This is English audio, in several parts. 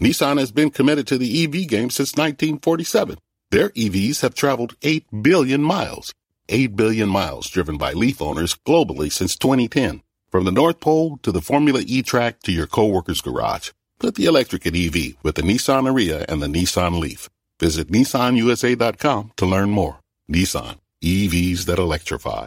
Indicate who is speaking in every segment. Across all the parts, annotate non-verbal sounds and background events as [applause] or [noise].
Speaker 1: Nissan has been committed to the EV game since 1947. Their EVs have traveled 8 billion miles. 8 billion miles driven by Leaf owners globally since 2010. From the North Pole to the Formula E track to your coworker's garage. Put the electric in EV with the Nissan Aria and the Nissan Leaf. Visit nissanusa.com to learn more. Nissan, EVs that electrify.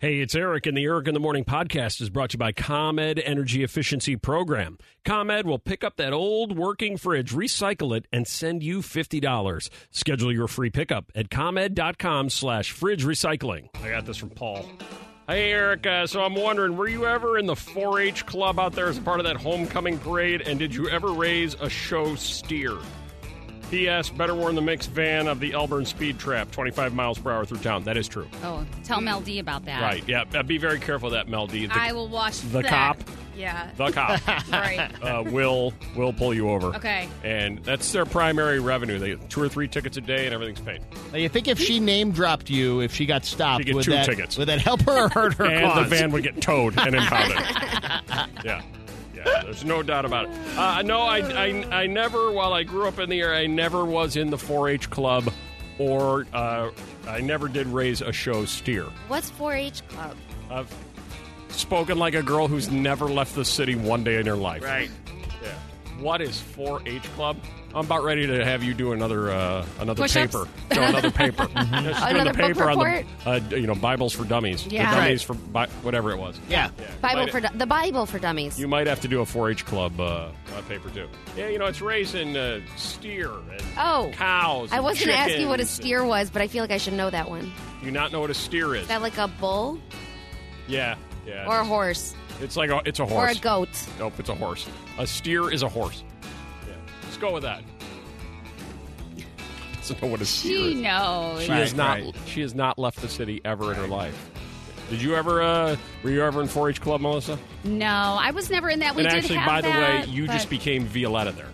Speaker 2: Hey, it's Eric, and the Eric in the Morning podcast is brought to you by ComEd Energy Efficiency Program. ComEd will pick up that old working fridge, recycle it, and send you $50. Schedule your free pickup at ComEd.com slash fridge recycling. I got this from Paul. Hey, Eric, uh, so I'm wondering, were you ever in the 4-H club out there as a part of that homecoming parade, and did you ever raise a show steer? P.S. Better warn the mixed van of the Elburn speed trap, 25 miles per hour through town. That is true.
Speaker 3: Oh, tell Mel D about that.
Speaker 2: Right. Yeah. uh, Be very careful of that, Mel D. The,
Speaker 3: I will watch
Speaker 2: the
Speaker 3: that.
Speaker 2: cop.
Speaker 3: Yeah.
Speaker 2: [laughs]
Speaker 3: [laughs]
Speaker 2: the cop
Speaker 3: right.
Speaker 2: uh, will will pull you over.
Speaker 3: Okay.
Speaker 2: And that's their primary revenue. They get two or three tickets a day, and everything's paid.
Speaker 4: Now, you think if she name dropped you, if she got stopped,
Speaker 2: She'd get
Speaker 4: would,
Speaker 2: two
Speaker 4: that,
Speaker 2: tickets.
Speaker 4: would that help her or hurt her
Speaker 2: [laughs] and
Speaker 4: cause?
Speaker 2: the van would get towed and
Speaker 3: [laughs]
Speaker 2: impounded. yeah. Yeah, there's no doubt about it. Uh, no, I, I, I never, while I grew up in the air, I never was in the 4 H club or uh, I never did raise a show steer.
Speaker 5: What's 4-H club?
Speaker 2: I've spoken like a girl who's never left the city one day in her life. Right. Yeah. What is 4-H Club? I'm about ready to have you do another uh, another
Speaker 3: Push-ups?
Speaker 2: paper. No,
Speaker 5: [laughs]
Speaker 2: another paper. Yeah, she's doing
Speaker 5: Mm-hmm. Another
Speaker 2: the
Speaker 5: book
Speaker 2: paper
Speaker 5: report?
Speaker 2: on the uh, you know Bibles for Dummies. The
Speaker 3: Yeah.
Speaker 2: Dummies for Bi- whatever it was.
Speaker 4: Yeah.
Speaker 2: Yeah, you
Speaker 5: Bible
Speaker 2: might-
Speaker 5: for the Bible for dummies.
Speaker 2: You might have to do a 4-H Club uh, uh, paper too. Yeah, you know it's raising uh, steer and
Speaker 5: Oh.
Speaker 2: cows.
Speaker 5: I
Speaker 2: and
Speaker 5: wasn't asking what a
Speaker 2: chickens.
Speaker 5: steer was, but I feel like I should know that one.
Speaker 2: Do you not know what a steer is?
Speaker 5: Is that like a bull
Speaker 2: yeah, yeah.
Speaker 5: or a horse
Speaker 2: It's like a, it's a
Speaker 5: or
Speaker 2: horse
Speaker 5: a goat?
Speaker 2: Nope, it's a horse. A steer is a horse. Yeah. Let's go with that. [laughs] Doesn't know what a steer
Speaker 3: She
Speaker 2: is.
Speaker 3: knows.
Speaker 2: She has not. She has not left the city ever in her life. Did you ever? Uh, were you ever in 4-H club, Melissa?
Speaker 3: No, I was never in that. We
Speaker 2: and
Speaker 3: did
Speaker 2: actually,
Speaker 3: have
Speaker 2: by
Speaker 3: that,
Speaker 2: the way, you
Speaker 3: but-
Speaker 2: just became Violetta there.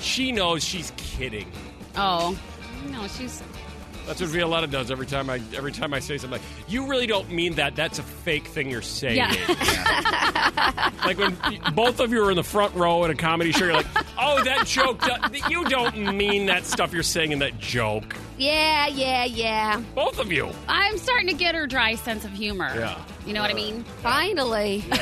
Speaker 2: She knows she's kidding.
Speaker 3: Oh. No, she's.
Speaker 2: That's what Violetta does every time I every time I say something. Like, you really don't mean that. That's a fake thing you're saying.
Speaker 3: Yeah.
Speaker 2: [laughs] like when both of you are in the front row at a comedy show, you're like, "Oh, that joke. do- You don't mean that stuff you're saying in that joke."
Speaker 5: Yeah, yeah, yeah.
Speaker 2: Both of you.
Speaker 3: I'm starting to get her dry sense of humor.
Speaker 2: Yeah.
Speaker 3: You know what I mean?
Speaker 5: Finally. [laughs]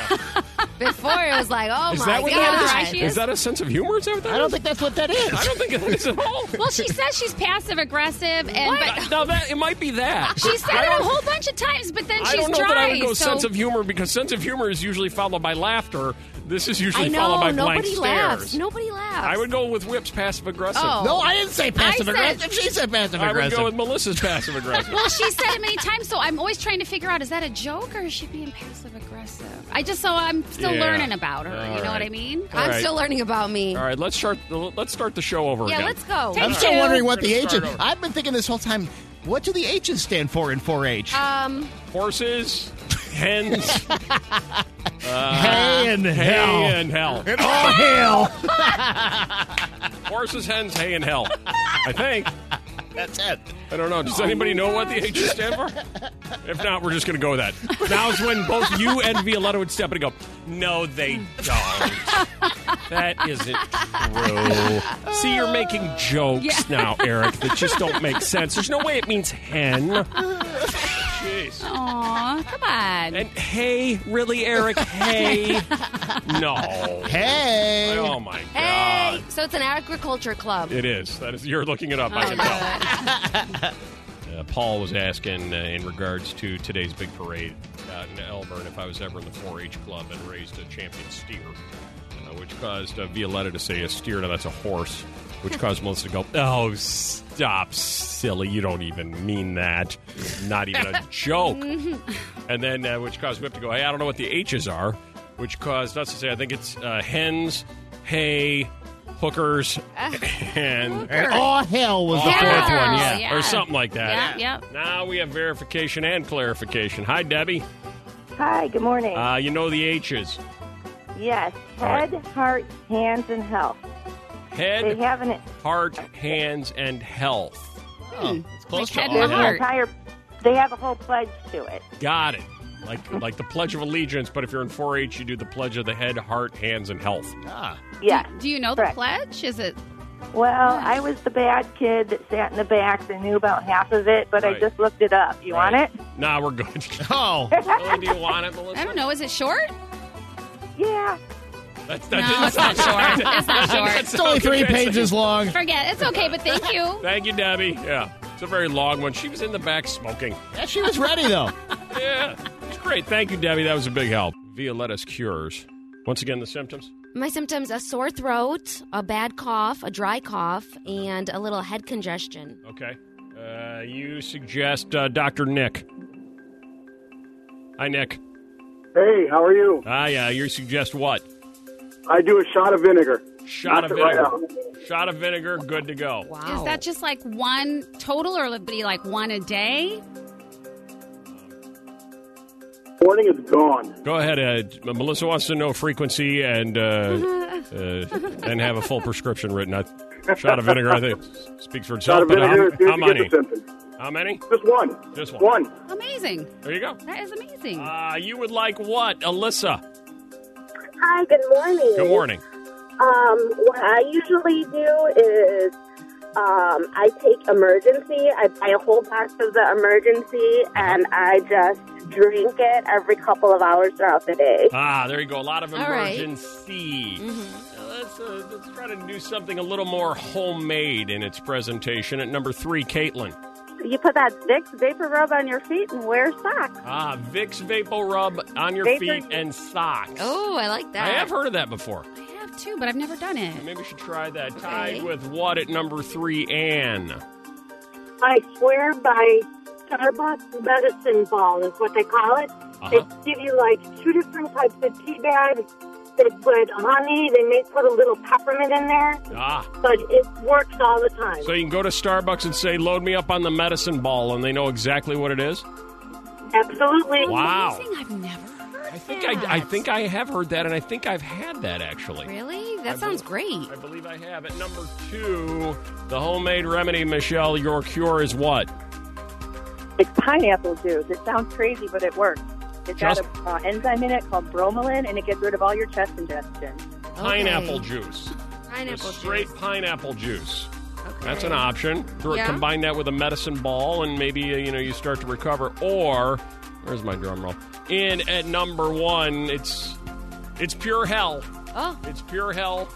Speaker 5: Before it was like, oh my god.
Speaker 3: that is?
Speaker 2: Is that a sense of humor? Is that what that
Speaker 4: I don't
Speaker 2: is?
Speaker 4: think that's what that is.
Speaker 2: I don't think it is at all.
Speaker 3: Well, she says she's passive aggressive, and but
Speaker 2: now that it might
Speaker 5: [laughs]
Speaker 2: be that
Speaker 3: she said it a whole bunch of times, but then she's
Speaker 2: I don't know
Speaker 3: dry.
Speaker 2: that I would go
Speaker 3: so
Speaker 2: sense of humor because sense of humor is usually followed by laughter. This is
Speaker 5: I
Speaker 2: usually followed
Speaker 5: know
Speaker 2: by blank
Speaker 5: nobody
Speaker 2: stares.
Speaker 5: laughs. Nobody laughs.
Speaker 2: I would go with Whip's passive aggressive.
Speaker 5: Oh.
Speaker 4: No, I didn't say passive
Speaker 3: said-
Speaker 4: aggressive. She said passive
Speaker 2: I would
Speaker 4: aggressive.
Speaker 2: go with Melissa's passive
Speaker 5: [laughs]
Speaker 2: aggressive.
Speaker 3: Well, she said it many times, so I'm always trying to figure out is that a joke or is she being passive aggressive? I just so I'm still
Speaker 2: Yeah.
Speaker 3: learning about her.
Speaker 2: All
Speaker 3: you know what
Speaker 2: right.
Speaker 3: I mean?
Speaker 5: I'm
Speaker 2: All right.
Speaker 5: still learning about me.
Speaker 2: All right, let's start. Let's start the show over.
Speaker 5: Yeah,
Speaker 2: again.
Speaker 5: let's go.
Speaker 3: Take
Speaker 4: I'm
Speaker 3: Thank
Speaker 4: still
Speaker 3: you.
Speaker 4: wondering what the
Speaker 2: We're
Speaker 4: H
Speaker 2: gonna
Speaker 4: is.
Speaker 2: start over.
Speaker 4: I've been thinking this whole time, what do the H's stand for in 4-H?
Speaker 5: Um,
Speaker 2: Horses,
Speaker 4: [laughs]
Speaker 2: hens,
Speaker 4: Uh, hey and hell.
Speaker 2: hay,
Speaker 4: [laughs]
Speaker 2: and hell.
Speaker 4: all hail.
Speaker 2: Horses, hens, hay, and hell. I think.
Speaker 4: [laughs] That's it.
Speaker 2: I don't know. Does anybody know what the H's stand for? If not, we're just going to go with that. Now's when both you and Violetta would step in and go, No, they don't. That isn't true. See, you're making jokes now, Eric, that just don't make sense. There's no way it means hen. Jeez.
Speaker 3: Oh. Aw, come on.
Speaker 2: And hey, really, Eric? Hey, no.
Speaker 4: Hey.
Speaker 2: Oh my
Speaker 5: hey.
Speaker 2: god!
Speaker 5: So it's an agriculture club.
Speaker 2: It is. That is. You're looking it up. I can tell. [laughs] Uh, Paul was asking uh, in regards to today's big parade out in Elburn if I was ever in the 4-H club and raised a champion steer, uh, which caused uh, Violetta to say a steer. Now that's a horse, which caused Melissa to go, "Oh, stop, silly! You don't even mean that. Not even a joke." and then uh, which caused Whip to go, "Hey, I don't know what the H's are," which caused us to say, "I think it's uh, hens, hay,
Speaker 6: [laughs]
Speaker 2: hookers, and,
Speaker 4: And all hell was
Speaker 2: Oh,
Speaker 4: the
Speaker 2: the
Speaker 6: Yeah.
Speaker 2: fourth one, yeah.
Speaker 6: yeah.
Speaker 2: Or something like that.
Speaker 6: Yeah, yeah.
Speaker 2: Now we have verification and clarification. Hi, Debbie.
Speaker 7: Hi, good morning.
Speaker 2: Uh, you know the H's.
Speaker 7: yes,
Speaker 2: all right.
Speaker 7: head, heart, hands, and health. They
Speaker 2: Head,
Speaker 7: have an,
Speaker 2: heart, hands, and health.
Speaker 4: Oh, it's close
Speaker 6: Like
Speaker 4: to
Speaker 6: head
Speaker 4: all
Speaker 7: there's
Speaker 6: and
Speaker 7: an
Speaker 4: hell.
Speaker 6: heart.
Speaker 7: entire. They have a whole pledge to it.
Speaker 2: Got it. Like like the Pledge of Allegiance, but if you're in 4-H, you do the Pledge of the Head, Heart, Hands, and Health.
Speaker 4: Ah,
Speaker 7: Yes.
Speaker 6: Do you know the
Speaker 7: Correct.
Speaker 6: pledge? Is it?
Speaker 7: Well, I was the bad kid that sat in the back that knew about half of it, but
Speaker 2: Right.
Speaker 7: I just looked it up. You
Speaker 2: Right.
Speaker 7: want it?
Speaker 2: Nah, we're good.
Speaker 4: oh,
Speaker 2: really, do you want it, Melissa?
Speaker 6: I don't know. Is it short?
Speaker 7: Yeah.
Speaker 2: That's,
Speaker 6: No,
Speaker 2: that didn't
Speaker 6: it's
Speaker 2: sound-
Speaker 6: not short.
Speaker 2: that [laughs]
Speaker 6: It's not
Speaker 2: didn't
Speaker 6: short.
Speaker 4: it's [laughs]
Speaker 2: sound
Speaker 4: only three
Speaker 2: convincing.
Speaker 4: pages long.
Speaker 6: Forget. It's okay, but thank you.
Speaker 2: Thank you, Debbie. Yeah. It's a very long one. She was in the back smoking.
Speaker 4: Yeah, she was ready
Speaker 8: [laughs]
Speaker 4: though.
Speaker 2: Yeah. It's great. Thank you, Debbie. That was a big help. Violetta's Cures. Once again, the symptoms?
Speaker 5: [laughs] My symptoms a sore throat, a bad cough, a dry cough, and a little head congestion.
Speaker 2: Okay. Uh, you suggest uh, Dr. Nick. Hi, Nick.
Speaker 8: Hey, how are you?
Speaker 2: Ah, yeah. You suggest what?
Speaker 8: I do a shot of vinegar.
Speaker 2: Shot of
Speaker 8: Knocked it right
Speaker 2: vinegar.
Speaker 8: out.
Speaker 2: Shot of vinegar. Good to go.
Speaker 5: Wow.
Speaker 6: Is that just like one total, or would it be like one a day?
Speaker 8: Morning is gone.
Speaker 2: Go ahead. Uh, Melissa wants to know frequency and uh, uh, and have a full prescription written. I, shot of vinegar, I think, speaks for itself.
Speaker 8: Shot of
Speaker 2: but
Speaker 8: vinegar. as soon
Speaker 2: how,
Speaker 8: as
Speaker 2: how
Speaker 8: you get
Speaker 2: many?
Speaker 8: the symptoms.
Speaker 2: How many?
Speaker 8: Just one.
Speaker 2: Just one.
Speaker 8: One.
Speaker 6: Amazing.
Speaker 2: There you go.
Speaker 6: That is amazing.
Speaker 2: Uh, you would like what, Alyssa?
Speaker 7: Hi, good morning.
Speaker 2: Good morning.
Speaker 7: Um, what I usually do is um, I take emergency. I buy a whole box of the emergency, and I just drink it every couple of hours throughout the day.
Speaker 2: Ah, there you go. A lot of
Speaker 5: All right. Mm-hmm.
Speaker 2: emergency. Now, Let's, uh, let's try to do something a little more homemade in its presentation. At number three, Caitlin.
Speaker 7: You put that Vicks vapor rub on your feet and wear socks.
Speaker 2: Ah, Vicks Vapor Rub on your
Speaker 7: Vapor-
Speaker 2: feet and socks.
Speaker 5: Oh, I like that.
Speaker 2: I have heard of that before.
Speaker 6: I have two, but I've never done it.
Speaker 2: Maybe we should try that. Tied with what at number three, Anne?
Speaker 7: I swear by Starbucks medicine ball is what they call it. They
Speaker 2: Uh-huh.
Speaker 7: give you like two different types of tea bags. They put honey. They may put a little peppermint in there,
Speaker 2: Ah.
Speaker 7: but it works all the time.
Speaker 2: So you can go to Starbucks and say, load me up on the medicine ball, and they know exactly what it is?
Speaker 7: Absolutely.
Speaker 2: Wow.
Speaker 6: Amazing. I've never heard
Speaker 2: I think I, I think I have heard that, and I think I've had that actually.
Speaker 5: Really? That
Speaker 2: I
Speaker 5: sounds
Speaker 2: I believe I have. At number two, the homemade remedy, Michelle, your cure is what?
Speaker 7: It's pineapple juice. It sounds crazy, but it works. It's got
Speaker 2: got Just-
Speaker 7: an uh, enzyme in it called bromelain, and it gets rid of all your chest indigestion.
Speaker 5: great.
Speaker 2: Pineapple juice.
Speaker 5: Pineapple
Speaker 2: Just straight
Speaker 5: juice.
Speaker 2: pineapple juice.
Speaker 5: Okay.
Speaker 2: That's an option. Throw it-
Speaker 5: Yeah.
Speaker 2: Combine that with a medicine ball, and maybe uh, you know you start to recover. Or where's my drum roll? In at number one, it's it's pure hell.
Speaker 5: Oh.
Speaker 2: It's pure hell,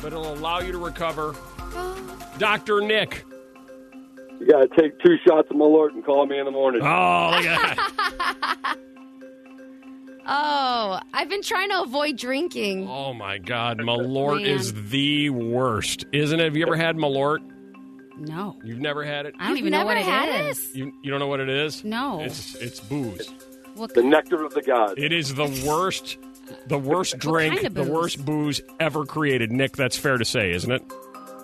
Speaker 2: but it'll allow you to recover.
Speaker 5: oh.
Speaker 2: Doctor Nick.
Speaker 8: You gotta take two shots of Malort and call me in the morning.
Speaker 2: Oh,
Speaker 5: [laughs]
Speaker 2: look at that.
Speaker 5: Oh, I've been trying to avoid drinking.
Speaker 2: Oh my God, Malort
Speaker 5: Man.
Speaker 2: is the worst, isn't it? Have you ever had Malort?
Speaker 6: No.
Speaker 2: You've never had it.
Speaker 6: I don't
Speaker 5: You've
Speaker 6: even know
Speaker 5: never
Speaker 6: what it is.
Speaker 5: had
Speaker 2: You you don't know what it is?
Speaker 6: No.
Speaker 2: It's it's booze.
Speaker 6: What
Speaker 8: The
Speaker 6: kind-
Speaker 8: nectar of the gods.
Speaker 2: It is the worst, the worst drink,
Speaker 6: kind of
Speaker 2: the
Speaker 6: booze?
Speaker 2: worst booze ever created. Nick, that's fair to say, isn't it?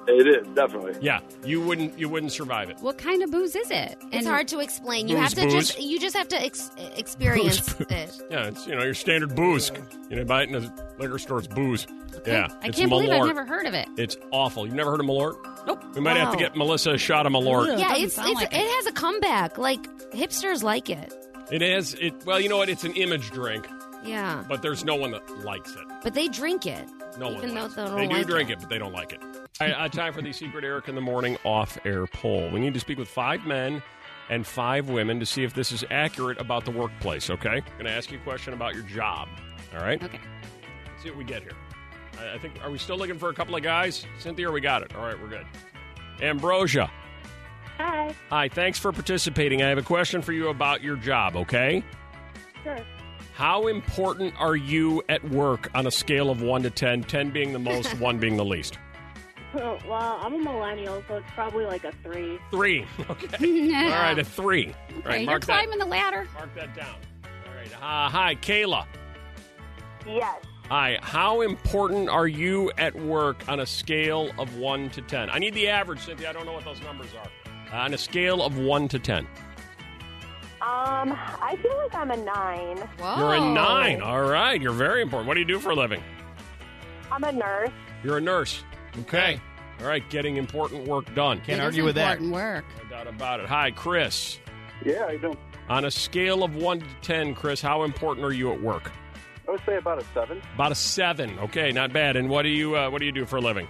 Speaker 8: It is definitely.
Speaker 2: Yeah, you wouldn't you wouldn't survive it.
Speaker 6: what kind of booze is it?
Speaker 5: It's hard to explain. You
Speaker 2: Booze,
Speaker 5: have to
Speaker 2: booze.
Speaker 5: just you just have to ex- experience it.
Speaker 2: Yeah, it's you know your standard booze. You know, buy it in a liquor store. It's booze. Yeah,
Speaker 6: I
Speaker 2: it's
Speaker 6: can't believe I've
Speaker 2: Malort.
Speaker 6: never heard of it.
Speaker 2: It's awful. You've never heard of Malort?
Speaker 6: Nope.
Speaker 2: We might have to
Speaker 5: Wow.
Speaker 2: get Melissa a shot of Malort.
Speaker 5: Yeah,
Speaker 6: doesn't
Speaker 5: it's, it's
Speaker 6: sound like
Speaker 5: it.
Speaker 6: it.
Speaker 5: has a comeback. Like hipsters like it.
Speaker 2: It is. It well, you know what? It's an image drink,
Speaker 5: Yeah,
Speaker 2: but there's no one that likes it.
Speaker 5: but they drink it.
Speaker 2: No
Speaker 5: even
Speaker 2: one.
Speaker 5: though
Speaker 2: likes
Speaker 5: they
Speaker 2: it.
Speaker 5: don't
Speaker 2: They do
Speaker 5: like
Speaker 2: drink it. but they don't like it. All right, uh, time for the secret Eric in the morning off-air poll. We need to speak with five men and five women to see if this is accurate about the workplace. Okay, I'm going to ask you a question about your job. All right,
Speaker 6: Okay.
Speaker 2: see what we get here. I, I think are we still looking for a couple of guys? Cynthia, we got it. All right, we're good. Ambrosia,
Speaker 7: Hi.
Speaker 2: hi. Thanks for participating. I have a question for you about your job. Okay.
Speaker 7: Sure.
Speaker 2: How important are you at work on a scale of 1 to 10, 10 being
Speaker 6: [laughs]
Speaker 2: the most, 1 being the least?
Speaker 7: Well, I'm a millennial, so it's probably like a three.
Speaker 6: [laughs]
Speaker 2: Three. Okay. All right, a three. All right,
Speaker 6: Okay, Oh. you're
Speaker 2: mark that.
Speaker 6: climbing the ladder.
Speaker 2: Mark that down. All right. Uh, hi, Kayla.
Speaker 7: Yes.
Speaker 2: Hi, how important are you at work on a scale of 1 to 10? I need the average, Cynthia. I don't know what those numbers are. Uh, on a scale of 1 to 10.
Speaker 9: Um, I feel like I'm a nine.
Speaker 5: Whoa.
Speaker 2: You're a
Speaker 6: Oh.
Speaker 2: 9. All right. You're very important. What do you do for a living?
Speaker 9: I'm a nurse.
Speaker 2: You're a nurse.
Speaker 4: Okay.
Speaker 2: All right. Getting important work done.
Speaker 4: Can't
Speaker 6: It is
Speaker 4: argue with that.
Speaker 6: important work.
Speaker 2: No doubt about it. Hi, Chris.
Speaker 8: Yeah, I don't.
Speaker 2: On a scale of 1 to 10, Chris, how important are you at work?
Speaker 8: I would say about a seven.
Speaker 2: About a 7. Okay, not bad. And what do you uh, what do you do for a living?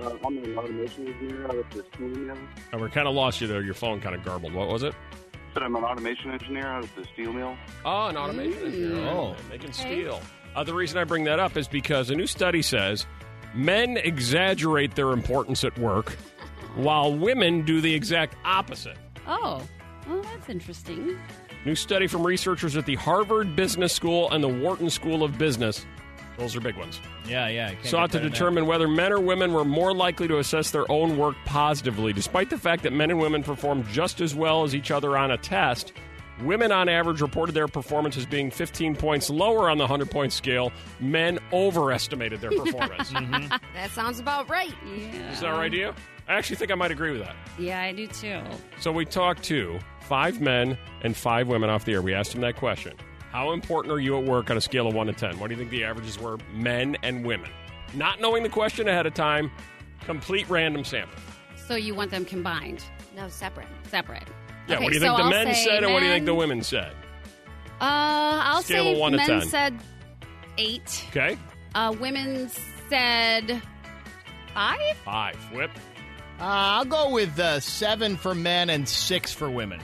Speaker 8: Uh, I'm an automation engineer out of the steel mill.
Speaker 2: Oh, we kind of lost you there. Your phone kind of garbled. What was it?
Speaker 8: But I'm an automation engineer out of the steel mill.
Speaker 2: Oh, an automation engineer.
Speaker 4: Oh.
Speaker 2: making
Speaker 3: Okay.
Speaker 2: steel. Uh, the reason I bring that up is because a new study says men exaggerate their importance at work, while women do the exact opposite.
Speaker 6: Oh, well, that's interesting.
Speaker 2: New study from researchers at the Harvard Business School and the Wharton School of Business. Those are big ones.
Speaker 4: Yeah, yeah. can't
Speaker 2: sought
Speaker 4: get
Speaker 2: to
Speaker 4: better than that.
Speaker 2: determine whether men or women were more likely to assess their own work positively. Despite the fact that men and women performed just as well as each other on a test, women on average reported their performance as being 15 points lower on the 100 point scale. Men
Speaker 4: [laughs]
Speaker 2: overestimated their performance.
Speaker 5: That sounds about right.
Speaker 6: Yeah.
Speaker 2: Is that right to you? I actually think I might agree with that.
Speaker 6: Yeah, I do too.
Speaker 2: So we talked to five men and five women off the air. We asked them that question. How important are you at work on a scale of 1 to 10? What do you think the averages were, men and women? Not knowing the question ahead of time, complete random sample.
Speaker 6: So you want them combined,
Speaker 5: No, separate.
Speaker 6: separate.
Speaker 2: Yeah,
Speaker 6: Okay,
Speaker 2: what do you think
Speaker 6: so
Speaker 2: the
Speaker 6: I'll
Speaker 2: men
Speaker 6: say
Speaker 2: said and what do you think the
Speaker 6: men-
Speaker 2: women said?
Speaker 6: Uh, I'll
Speaker 2: Scale
Speaker 6: say
Speaker 2: of one to
Speaker 6: men
Speaker 2: 10.
Speaker 6: said eight.
Speaker 2: Okay?
Speaker 6: Uh, women said five.
Speaker 2: Five. Whip.
Speaker 4: Uh, I'll go with uh, seven for men and six for women.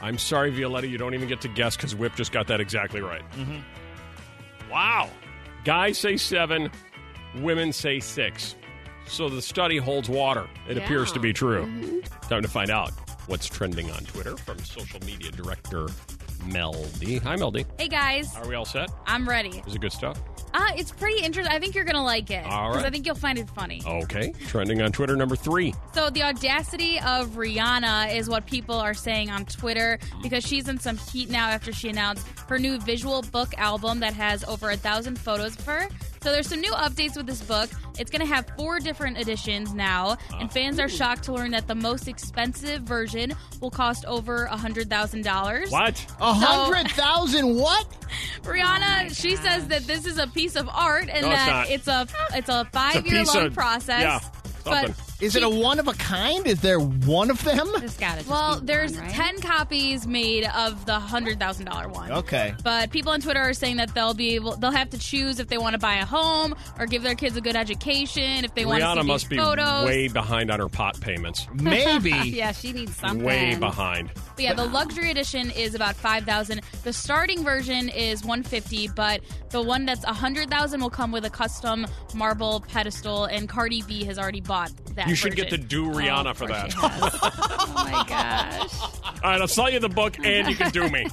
Speaker 2: I'm sorry, Violetta, you don't even get to guess because Whip just got that exactly right.
Speaker 3: Mm-hmm.
Speaker 2: Wow. Guys say seven, women say six. So the study holds water. It appears to be true.
Speaker 3: Mm-hmm.
Speaker 2: Time to find out what's trending on Twitter from social media director Mel D. Hi, Mel D.
Speaker 3: Hey guys,
Speaker 2: Are we all set?
Speaker 3: I'm ready.
Speaker 2: Is it good stuff?
Speaker 3: Uh, it's pretty interesting. I think you're gonna like it
Speaker 2: All
Speaker 3: because
Speaker 2: right.
Speaker 3: I think you'll find it funny.
Speaker 2: Okay. Trending on Twitter number three.
Speaker 3: So the audacity of Rihanna is what people are saying on Twitter because she's in some heat now after she announced her new visual book album that has over a thousand photos of her. So there's some new updates with this book. It's going to have four different editions now,
Speaker 2: Ah.
Speaker 3: and fans are shocked to learn that the most expensive version will cost over a hundred thousand dollars.
Speaker 2: What?
Speaker 3: Oh,
Speaker 4: A hundred thousand what?
Speaker 3: Rihanna, she says that this is a piece of art and
Speaker 2: No, it's
Speaker 3: that
Speaker 2: not.
Speaker 3: it's, a it's a five year
Speaker 2: piece
Speaker 3: long
Speaker 2: of-
Speaker 3: process.
Speaker 2: yeah, something.
Speaker 3: but
Speaker 4: Is it a one of a kind? Is there one of
Speaker 5: [laughs]
Speaker 4: them?
Speaker 6: There's got to.
Speaker 3: Well, there's
Speaker 6: one, right?
Speaker 3: 10 copies made of the $100,000 one.
Speaker 4: Okay.
Speaker 3: But people on Twitter are saying that they'll be able, they'll have to choose if they want to buy a home or give their kids a good education, if they want to
Speaker 2: Rihanna
Speaker 3: see
Speaker 2: must be
Speaker 3: these photos.
Speaker 2: way behind on her pot payments.
Speaker 4: Maybe.
Speaker 6: Yeah, she needs something.
Speaker 2: Way behind.
Speaker 3: But yeah, the luxury edition is about 5000. The starting version is 150, but the one that's 100,000 will come with a custom marble pedestal and Cardi B has already bought that.
Speaker 2: You should get to
Speaker 3: version.
Speaker 2: do Rihanna for that.
Speaker 6: Oh my gosh.
Speaker 2: All right, I'll sell you the book and you can do me.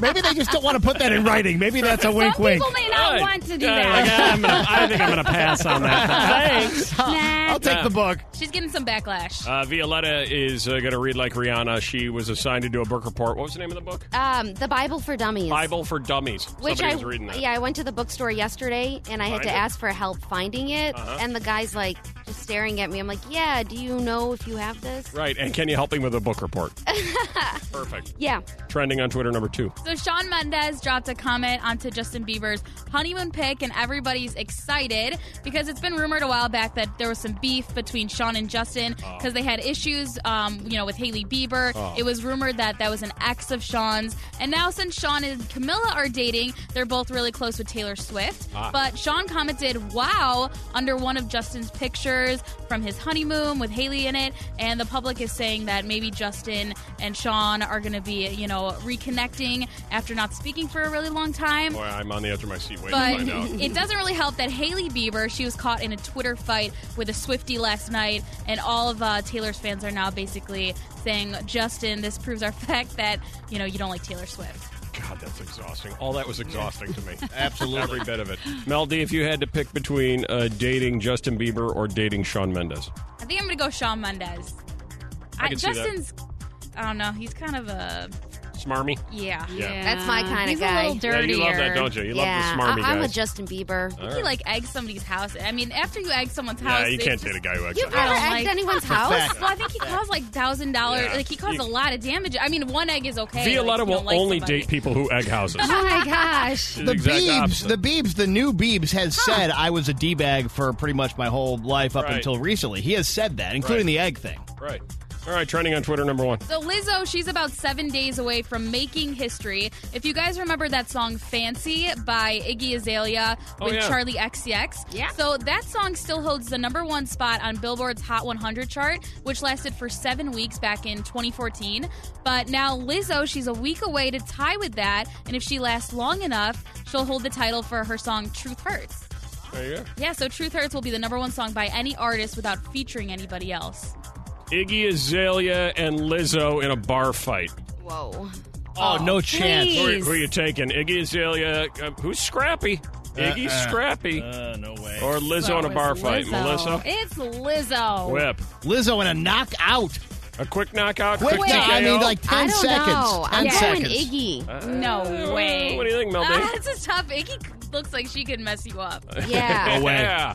Speaker 4: Maybe they just don't want to put that in writing. Maybe that's a wink,
Speaker 6: Some
Speaker 4: wink.
Speaker 6: people may not want to do
Speaker 2: Yeah,
Speaker 3: [laughs]
Speaker 2: like,
Speaker 6: that.
Speaker 2: ah, I'm gonna- i think I'm going to pass on that. Thanks.
Speaker 6: Nah.
Speaker 4: I'll take the book.
Speaker 3: She's getting some backlash.
Speaker 2: Uh, Violetta is uh, going to read like Rihanna. She was assigned to do a book report. What was the name of the book?
Speaker 5: Um, the Bible for Dummies.
Speaker 2: Bible for Dummies.
Speaker 5: Which
Speaker 2: Somebody
Speaker 5: I
Speaker 2: was reading that.
Speaker 5: yeah, I went to the bookstore yesterday and I had
Speaker 2: Find
Speaker 5: to
Speaker 2: it? Uh-huh.
Speaker 5: ask for help finding it, and the guy's like just staring at me. I'm like, yeah, do you know if you have this?
Speaker 2: Right, and can you help me with a book report? Perfect.
Speaker 5: Yeah,
Speaker 2: Trending on Twitter number two.
Speaker 3: So Sean Mendez dropped a comment onto Justin Bieber's honeymoon pic, and everybody's excited because it's been rumored a while back that there was some beef between Sean and Justin
Speaker 2: Oh.
Speaker 3: because they had issues, um, you know, with Haley Bieber. It was rumored that that was an ex of Sean's, and now since Sean and Camilla are dating, they're both really close with Taylor Swift.
Speaker 2: Ah.
Speaker 3: But Sean commented, "Wow," under one of Justin's pictures from his honeymoon with Haley in it, and the public is saying that maybe Justin and Sean are going to be, you know, reconnecting after not speaking for a really long time.
Speaker 2: Boy, I'm on the edge of my seat waiting
Speaker 3: But
Speaker 2: to find
Speaker 3: [laughs]
Speaker 2: out.
Speaker 3: it doesn't really help that Haley Bieber, she was caught in a Twitter fight with a Swifty last night, and all of uh, Taylor's fans are now basically saying, Justin, this proves our [laughs] fact that, you know, you don't like Taylor Swift.
Speaker 2: God, that's exhausting. All that was exhausting to me.
Speaker 4: Absolutely.
Speaker 2: Every bit of it. Mel D, if you had to pick between uh, dating Justin Bieber or dating Sean Mendes.
Speaker 3: I think I'm going to go Sean Mendez.
Speaker 2: I can see that.
Speaker 3: Justin's, I don't know, he's kind of a
Speaker 2: smarmy?
Speaker 3: Yeah.
Speaker 2: Yeah.
Speaker 5: That's my kind
Speaker 3: He's a
Speaker 5: of guy.
Speaker 3: little
Speaker 2: Yeah, you love that, don't you? You
Speaker 5: yeah,
Speaker 2: love the smarmy
Speaker 5: I- I'm
Speaker 2: guys.
Speaker 5: with Justin Bieber.
Speaker 2: All
Speaker 3: You
Speaker 2: right.
Speaker 3: like egg somebody's house. I mean, after you egg someone's house,
Speaker 2: yeah, you
Speaker 3: it's
Speaker 2: can't
Speaker 3: just-
Speaker 2: date a guy who acts
Speaker 5: You've
Speaker 2: like
Speaker 5: never
Speaker 2: that.
Speaker 5: egged anyone's house?
Speaker 4: Fact.
Speaker 3: Well, I think he caused like thousand dollars.
Speaker 2: Yeah.
Speaker 3: Like he caused
Speaker 2: You-
Speaker 3: a lot of damage. I mean, one egg is okay. like,
Speaker 2: Violetta
Speaker 3: if you
Speaker 2: will
Speaker 3: don't like
Speaker 2: only
Speaker 3: somebody.
Speaker 2: date people who egg houses.
Speaker 5: Ah,
Speaker 6: Oh my gosh.
Speaker 2: She's
Speaker 4: The
Speaker 2: exact
Speaker 4: Beebs,
Speaker 2: opposite.
Speaker 4: the Beebs, the new Beebs has said I was a D bag for pretty much my whole life up
Speaker 2: Right.
Speaker 4: until recently. He has said that, including
Speaker 2: Right.
Speaker 4: the egg thing.
Speaker 2: Right. All right, trending on Twitter number one.
Speaker 3: So Lizzo, she's about seven days away from making history. If you guys remember that song "Fancy" by Iggy Azalea
Speaker 2: Oh,
Speaker 3: with
Speaker 2: yeah.
Speaker 3: Charlie XCX,
Speaker 6: Yeah.
Speaker 3: So that song still holds the number one spot on Billboard's Hot 100 chart, which lasted for seven weeks back in 2014. But now Lizzo, she's a week away to tie with that, and if she lasts long enough, she'll hold the title for her song "Truth Hurts."
Speaker 2: There you go.
Speaker 3: Yeah, so "Truth Hurts" will be the number one song by any artist without featuring anybody else.
Speaker 2: Iggy Azalea and Lizzo in a bar fight.
Speaker 5: Whoa.
Speaker 4: Oh, no chance.
Speaker 2: Who are,
Speaker 6: Please.
Speaker 2: who are you taking? Iggy Azalea, uh, who's Scrappy? Iggy Scrappy.
Speaker 4: Uh, no way.
Speaker 2: or Lizzo in a
Speaker 6: It's
Speaker 2: bar fight.
Speaker 6: Lizzo.
Speaker 2: Melissa?
Speaker 6: It's Lizzo.
Speaker 2: Whip.
Speaker 4: Lizzo in a knockout.
Speaker 2: A quick knockout?
Speaker 4: Quick,
Speaker 2: quick
Speaker 4: knock- I
Speaker 2: TKO?
Speaker 4: mean, like 10
Speaker 5: I don't
Speaker 4: seconds.
Speaker 5: know.
Speaker 4: 10
Speaker 5: I'm going
Speaker 4: seconds.
Speaker 5: Iggy.
Speaker 2: Uh,
Speaker 3: No way.
Speaker 2: What do you think, Mel B?
Speaker 3: Ah, [laughs] That's a tough. Iggy looks like she could mess you
Speaker 2: [laughs]
Speaker 3: up.
Speaker 5: Yeah.
Speaker 4: way.
Speaker 2: Yeah.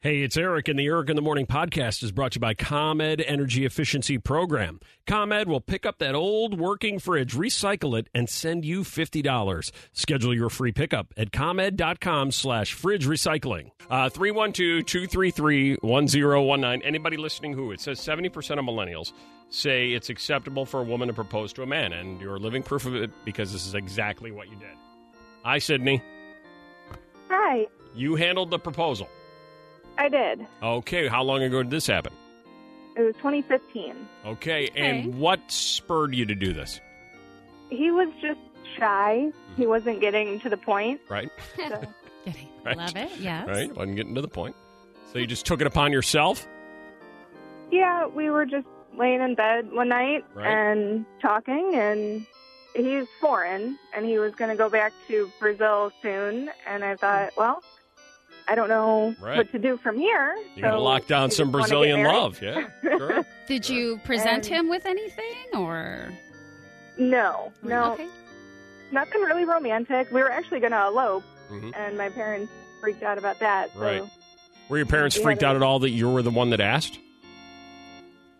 Speaker 2: Hey, it's Eric, and the Eric in the Morning podcast is brought to you by ComEd Energy Efficiency Program. ComEd will pick up that old working fridge, recycle it, and send you $50. Schedule your free pickup at ComEd.com slash fridge recycling. Uh, 312 233 1019. Anybody listening who it says 70% of millennials say it's acceptable for a woman to propose to a man, and you're living proof of it because this is exactly what you did. Hi, Sydney.
Speaker 9: Hi,
Speaker 2: You handled the proposal.
Speaker 9: I did.
Speaker 2: Okay, how long ago did this happen?
Speaker 9: It was 2015.
Speaker 2: Okay,
Speaker 3: Okay.
Speaker 2: and what spurred you to do this?
Speaker 9: He was just shy.
Speaker 2: Mm-hmm.
Speaker 9: He wasn't getting to the
Speaker 2: [laughs]
Speaker 9: point.
Speaker 2: Right?
Speaker 9: So.
Speaker 6: Kidding.
Speaker 2: Right.
Speaker 6: Love it. Yes.
Speaker 2: Right? Wasn't getting to the point. So you just took it upon yourself?
Speaker 9: yeah, we were just laying in bed one night
Speaker 2: Right.
Speaker 9: and talking, and he's foreign, and he was going to go back to Brazil soon. And I thought, well, I don't know
Speaker 2: Right.
Speaker 9: what to do from here.
Speaker 2: You gotta
Speaker 9: so
Speaker 2: lock
Speaker 9: I
Speaker 2: down
Speaker 9: just
Speaker 2: some
Speaker 9: wanna get
Speaker 2: Brazilian
Speaker 9: married.
Speaker 2: love. Yeah. Sure.
Speaker 6: Did you present
Speaker 9: And-
Speaker 6: him with anything or?
Speaker 9: [laughs] No, no,
Speaker 6: Okay.
Speaker 9: nothing really romantic. We were actually going to elope,
Speaker 2: Mhm.
Speaker 9: and my parents freaked out about that. So.
Speaker 2: Right. Were your parents
Speaker 9: Yeah,
Speaker 2: freaked
Speaker 9: they-
Speaker 2: out at all that you were the one that asked?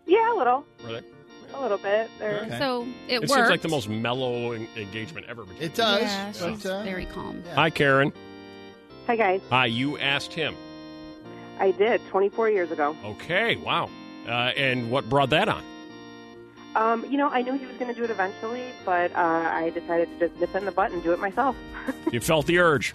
Speaker 9: Yeah, a little,
Speaker 2: Were they?
Speaker 9: a little bit. There.
Speaker 4: Okay.
Speaker 6: So it,
Speaker 2: It
Speaker 6: worked.
Speaker 2: seems like the most mellow en- engagement ever. Between
Speaker 4: It does.
Speaker 6: Yeah,
Speaker 4: but,
Speaker 6: she's
Speaker 4: uh,
Speaker 6: very calm.
Speaker 4: yeah.
Speaker 2: Hi, Karen.
Speaker 9: Hi guys,
Speaker 2: Hi, you asked him.
Speaker 10: I did 24 years ago.
Speaker 2: Okay, wow. Uh, and what brought that on?
Speaker 10: Um, you know, I knew he was going to do it eventually, but uh, I decided to just nip in the butt and do it myself.
Speaker 2: You felt the urge,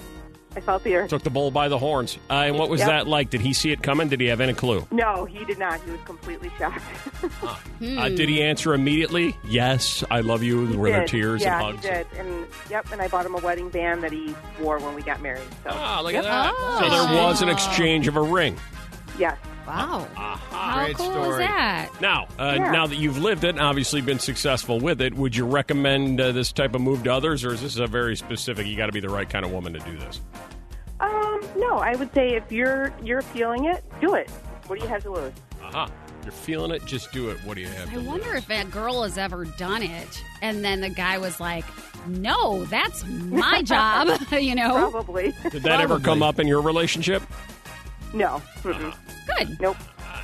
Speaker 10: I felt the urge.
Speaker 2: took the bull by the horns. Uh, and what was
Speaker 10: Yep.
Speaker 2: that like? Did he see it coming? Did he have any clue?
Speaker 10: No, he did not. He was completely shocked. [laughs]
Speaker 2: Uh, did he answer immediately? Yes, I love you. Were there
Speaker 10: Mm. Did.
Speaker 2: tears
Speaker 10: yeah,
Speaker 2: and hugs?
Speaker 10: he did. And yep, and I bought him a wedding band that he wore when we got married. So
Speaker 2: Ah, look
Speaker 10: Yep.
Speaker 2: at that.
Speaker 6: Oh.
Speaker 2: So there was an exchange of a ring.
Speaker 10: yes,
Speaker 7: uh,
Speaker 5: Wow.
Speaker 2: Aha.
Speaker 6: How
Speaker 4: Great
Speaker 6: cool is
Speaker 4: story.
Speaker 6: that?
Speaker 2: Now, uh,
Speaker 10: Yeah.
Speaker 2: now that you've lived it and obviously been successful with it, would you recommend uh, this type of move to others, or is this a very specific? You got to be the right kind of woman to do this.
Speaker 10: Um, no, I would say if you're you're feeling it, do it. What do you have to lose?
Speaker 2: Aha! Uh-huh. You're feeling it. Just do it. What do you have?
Speaker 6: I
Speaker 2: to
Speaker 6: wonder
Speaker 2: lose?
Speaker 6: if a girl has ever done it, and then the guy was like, "No, that's my job," [laughs] you
Speaker 3: Oh.
Speaker 6: know.
Speaker 10: Probably. [laughs]
Speaker 2: did that ever come up in your relationship?
Speaker 10: no. Mm-mm.
Speaker 2: Uh-huh.
Speaker 6: Good.
Speaker 10: Nope.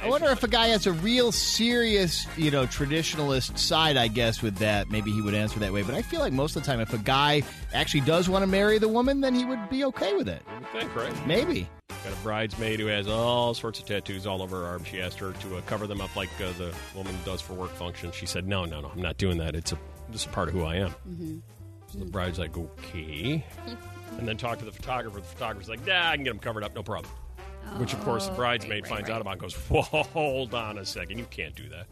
Speaker 4: I wonder if a guy has a real serious, you know, traditionalist side, I guess, with that. Maybe he would answer that way. But I feel like most of the time, if a guy actually does want to marry the woman, then he would be okay with it.
Speaker 2: I think right.
Speaker 4: Maybe.
Speaker 2: Got a bridesmaid who has all sorts of tattoos all over her arm. She asked her to uh, cover them up like uh, the woman does for work functions. She said, "No, no, no, I'm not doing that. It's a This is part of who I am.
Speaker 6: Mm-hmm.
Speaker 2: So the bride's
Speaker 6: [laughs]
Speaker 2: like, okay. And then talk to the photographer. The photographer's like, nah, I can get them covered up, no problem. Which, of course, the
Speaker 6: Oh,
Speaker 2: bridesmaid
Speaker 6: right, right,
Speaker 2: finds
Speaker 6: right.
Speaker 2: out about and goes, whoa, hold on a second. You can't do
Speaker 6: [laughs]
Speaker 2: that.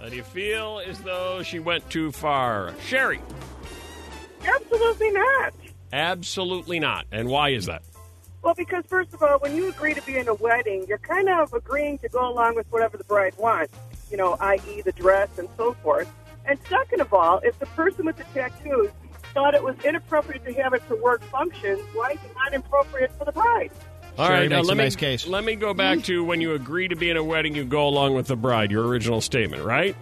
Speaker 2: How do you feel as though she went too far? Sherry,
Speaker 11: Absolutely not.
Speaker 2: absolutely not. And why is that?
Speaker 11: Well, because first of all, when you agree to be in a wedding, you're kind of agreeing to go along with whatever the bride wants, you know, i.e., the dress and so forth. And second of all, if the person with the tattoos thought it was inappropriate to have it for work functions, why is it not appropriate for the bride?
Speaker 2: All
Speaker 4: Sherry
Speaker 2: right, now
Speaker 4: makes a
Speaker 2: let me
Speaker 4: nice case.
Speaker 2: let me go back to when you agree to be in a wedding, you go along with the bride. Your original statement, right?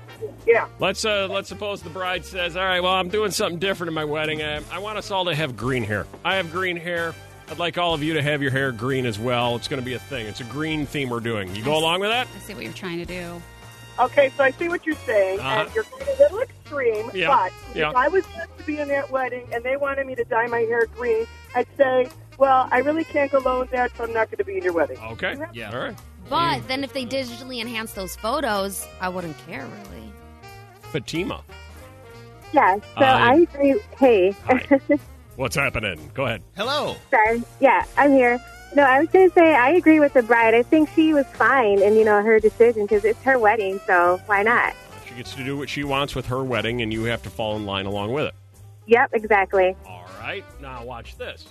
Speaker 11: Yeah.
Speaker 2: Let's uh, let's suppose the bride says, "All right, well, I'm doing something different in my wedding. I, I want us all to have green hair. I have green hair. I'd like all of you to have your hair green as well. It's going to be a thing. It's a green theme we're doing. You go along with that?
Speaker 6: I see what you're trying to do.
Speaker 11: Okay, so I see what you're saying,
Speaker 2: Uh-huh.
Speaker 11: and you're going a little extreme.
Speaker 2: Yeah,
Speaker 11: But
Speaker 2: yeah.
Speaker 11: if I was asked to be in that wedding and they wanted me to dye my hair green, I'd say, well, I really can't go along with that, so I'm not going to be in your wedding.
Speaker 2: Okay. Yeah. All right.
Speaker 5: But then if they digitally enhance those photos, I wouldn't care really.
Speaker 2: Fatima,
Speaker 9: Yeah, so
Speaker 2: Hi.
Speaker 9: I agree. Hey. [laughs]
Speaker 2: what's happening? Go ahead.
Speaker 4: Hello.
Speaker 9: Sorry. Yeah, I'm here. No, I was going to say I agree with the bride. I think she was fine in, you know, her decision because it's her wedding, so why not?
Speaker 2: She gets to do what she wants with her wedding, and you have to fall in line along with it.
Speaker 9: Yep, exactly.
Speaker 2: All right. Now watch this.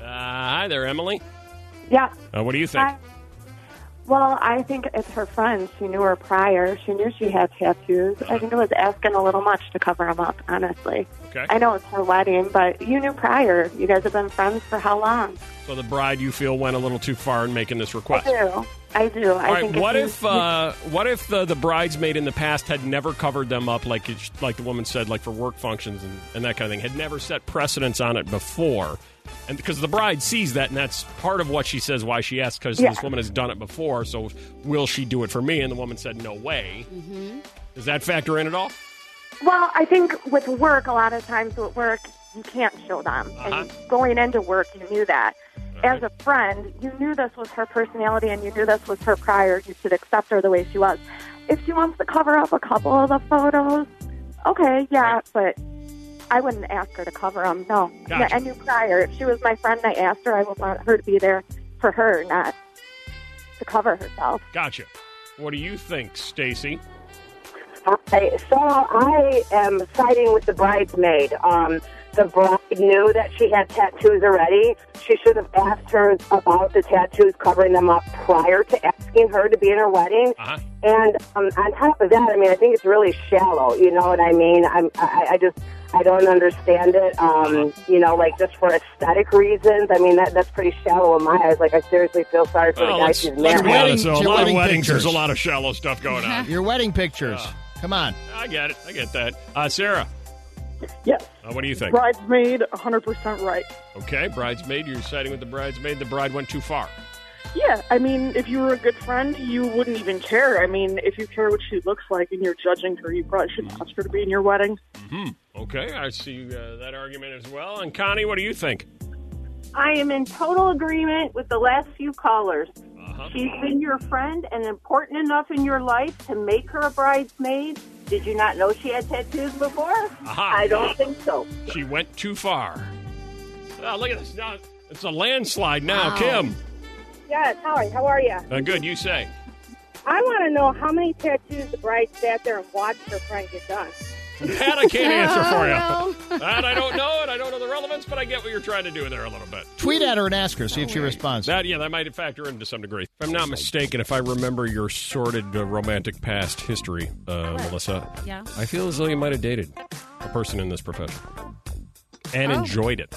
Speaker 2: Uh, hi there, Emily.
Speaker 7: Yeah.
Speaker 2: Uh, what do you think?
Speaker 7: Hi. Well, I think it's her friends. She knew her prior. She knew she had tattoos. I think it was asking a little much to cover them up, honestly.
Speaker 2: Okay.
Speaker 7: I know it's her wedding, but you knew prior. You guys have been friends for how long?
Speaker 2: So the bride, you feel, went a little too far in making this request.
Speaker 7: I do. I do. I
Speaker 2: All right.
Speaker 7: think
Speaker 2: What
Speaker 7: you-
Speaker 2: if uh, what if the, the bridesmaid in the past had never covered them up, like it, like the woman said, like for work functions and, and that kind of thing, had never set precedence on it before, and because the bride sees that, and that's part of what she says why she asked, because
Speaker 7: Yeah.
Speaker 2: this woman has done it before, so will she do it for me? And the woman said, no way.
Speaker 7: Mm-hmm.
Speaker 2: Does that factor in at all?
Speaker 7: Well, I think with work, a lot of times with work, you can't show them.
Speaker 2: Uh-huh.
Speaker 7: And going into work, you knew that. As a friend, you knew this was her personality and you knew this was her prior. You should accept her the way she was. If she wants to cover up a couple of the photos, okay, yeah, but I wouldn't ask her to cover them, no.
Speaker 2: Gotcha.
Speaker 7: Yeah, I knew prior. If she was my friend and I asked her, I would want her to be there for her, not to cover herself.
Speaker 2: Gotcha. What do you think, Stacy?
Speaker 12: I, so I am siding with the bridesmaid. Um, the bride knew that she had tattoos already. She should have asked her about the tattoos, covering them up prior to asking her to be in her wedding.
Speaker 2: Uh-huh.
Speaker 12: And um, on top of that, I mean, I think it's really shallow. You know what I mean? I'm, I, I just, I don't understand it. Um,
Speaker 2: Uh-huh.
Speaker 12: you know, like just for aesthetic reasons. I mean, that that's pretty shallow in my eyes. Like, I seriously feel sorry for
Speaker 2: Well,
Speaker 12: the guy
Speaker 2: let's,
Speaker 12: she's
Speaker 2: let's
Speaker 12: married.
Speaker 2: be honest, though, a
Speaker 4: Your
Speaker 2: lot of
Speaker 4: wedding
Speaker 2: weddings,
Speaker 4: pictures.
Speaker 2: there's a lot of shallow stuff going on.
Speaker 4: Your wedding pictures. Come on.
Speaker 2: I get it. I get that. Uh, Sarah.
Speaker 11: Yes.
Speaker 2: Uh, what do you think?
Speaker 11: Bridesmaid, 100% right.
Speaker 2: Okay, bridesmaid. You're siding with the bridesmaid. The bride went too far.
Speaker 11: Yeah, I mean, if you were a good friend, you wouldn't even care. I mean, if you care what she looks like and you're judging her, you probably shouldn't ask her to be in your wedding.
Speaker 2: Okay, I see uh, that argument as well. And Connie, what do you think?
Speaker 13: I am in total agreement with the last few callers.
Speaker 2: Uh-huh.
Speaker 13: She's been your friend and important enough in your life to make her a bridesmaid. Did you not know she had tattoos before?
Speaker 2: Aha.
Speaker 13: I don't think so.
Speaker 2: She went too far. Oh, look at this. Now it's a landslide. Now, Kim.
Speaker 14: Yes, hi, how are you?
Speaker 2: Uh, good. You say.
Speaker 14: I want to know how many tattoos the bride sat there and watched her friend get done.
Speaker 2: That I can't answer for you. That I don't know, and I don't know the relevance, but I get what you're trying to do there a little bit.
Speaker 4: Tweet at her and ask her, see if she responds.
Speaker 2: That yeah, that might factor in to some degree. If I'm not mistaken, if I remember your sordid uh, romantic past history, uh, Melissa,
Speaker 6: Yeah.
Speaker 2: I feel as though you might have dated a person in this profession and
Speaker 6: Oh.
Speaker 2: enjoyed it.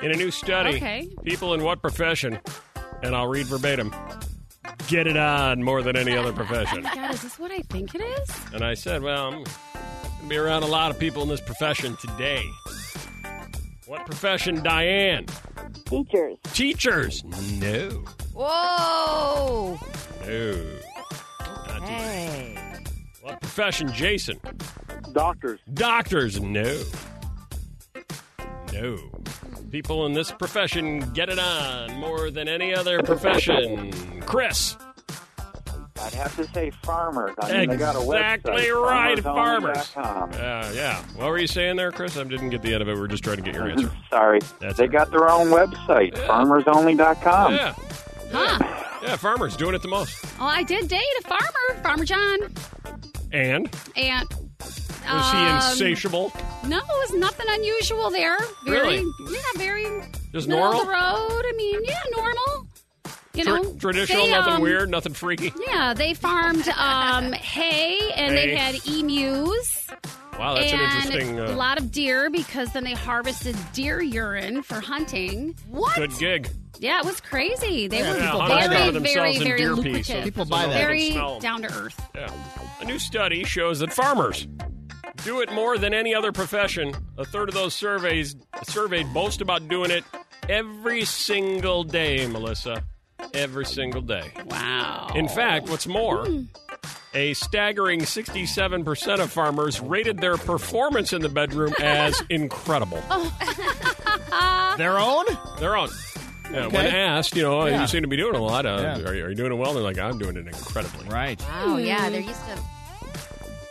Speaker 2: In a new study,
Speaker 6: Okay.
Speaker 2: people in what profession, and I'll read verbatim, get it on more than any other
Speaker 6: Oh [laughs]
Speaker 2: profession.
Speaker 6: my God, is this what I think it is?
Speaker 2: And I said, well, I'm going to be around a lot of people in this profession today. What profession, Diane?
Speaker 14: Teachers.
Speaker 2: Teachers. No.
Speaker 5: Whoa!
Speaker 2: No. Not
Speaker 5: Hey.
Speaker 2: What profession, Jason?
Speaker 8: Doctors.
Speaker 2: Doctors, no. No. People in this profession get it on more than any other profession. Chris.
Speaker 8: I
Speaker 15: I'd have to say farmers. I mean, they got a website,
Speaker 2: Exactly right, farmers.
Speaker 15: farmersonly.com.
Speaker 2: Yeah, yeah. What were you saying there, Chris? I didn't get the end of it. We are just trying to get your answer.
Speaker 15: [laughs] Sorry. they got their own website, farmersonly.com.
Speaker 2: Yeah. Yeah, farmers doing it the most.
Speaker 6: Oh, I did date a farmer, Farmer John,
Speaker 2: And
Speaker 6: and
Speaker 2: was he
Speaker 6: um,
Speaker 2: insatiable?
Speaker 6: No, it was nothing unusual there. Very,
Speaker 2: Really?
Speaker 6: yeah, very
Speaker 2: Just
Speaker 6: middle
Speaker 2: normal?
Speaker 6: Of the road. I mean, yeah, normal. You
Speaker 2: Tra-
Speaker 6: know,
Speaker 2: traditional,
Speaker 6: They,
Speaker 2: nothing
Speaker 6: um,
Speaker 2: weird, nothing freaky.
Speaker 6: Yeah, they farmed um, hay and
Speaker 2: Hay.
Speaker 6: they had emus.
Speaker 2: Wow, that's an
Speaker 6: and
Speaker 2: interesting, uh,
Speaker 6: a lot of deer because then they harvested deer urine for hunting. What?
Speaker 2: Good gig.
Speaker 6: Yeah, it was crazy. They
Speaker 2: Yeah, people
Speaker 6: were
Speaker 2: buy
Speaker 6: very, very,
Speaker 2: that. Themselves in
Speaker 6: very
Speaker 2: deer pee, so-
Speaker 6: lucrative.
Speaker 2: People buy that.
Speaker 6: Very
Speaker 2: They can smell.
Speaker 6: down to earth.
Speaker 2: Yeah. A new study shows that farmers do it more than any other profession. A third of those surveys surveyed boast about doing it every single day, Melissa. Every single day.
Speaker 6: Wow.
Speaker 2: In fact, what's more, a staggering 67% of farmers rated their performance in the bedroom
Speaker 5: [laughs]
Speaker 2: as incredible.
Speaker 5: Oh.
Speaker 4: [laughs] Their own?
Speaker 2: Their own. Yeah,
Speaker 4: Okay.
Speaker 2: When asked, you know,
Speaker 4: Yeah.
Speaker 2: you seem to be doing a lot. Uh, are, you, are you doing it well? They're like, I'm doing it incredibly.
Speaker 4: Right.
Speaker 5: Oh yeah, they're used to.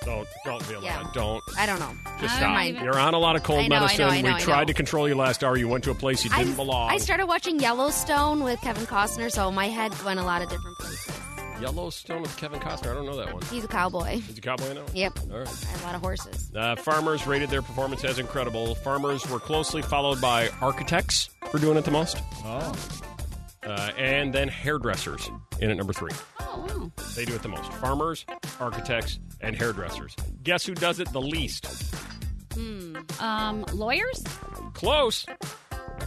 Speaker 2: Don't don't be a
Speaker 5: Yeah.
Speaker 2: lie. Don't.
Speaker 5: I don't know.
Speaker 2: Just
Speaker 5: I don't
Speaker 2: stop.
Speaker 5: even-
Speaker 2: You're on a lot of cold
Speaker 5: I know, I know,
Speaker 2: medicine.
Speaker 5: I know,
Speaker 2: we
Speaker 5: I
Speaker 2: tried
Speaker 5: know.
Speaker 2: to control you last hour. You went to a place you didn't belong.
Speaker 5: I started watching Yellowstone with Kevin Costner, so my head went a lot of different places.
Speaker 2: Yellowstone with Kevin Costner. I don't know that one.
Speaker 5: He's a cowboy.
Speaker 2: Is he a cowboy now?
Speaker 5: Yep.
Speaker 2: All right.
Speaker 5: I had a lot of horses.
Speaker 2: Uh, farmers rated their performance as incredible. Farmers were closely followed by architects for doing it the most.
Speaker 4: Oh.
Speaker 2: Uh, and then hairdressers in at number three.
Speaker 6: Oh, wow.
Speaker 2: They do it the most. Farmers, architects, and hairdressers. Guess who does it the least?
Speaker 6: Hmm. Um, lawyers?
Speaker 2: Close.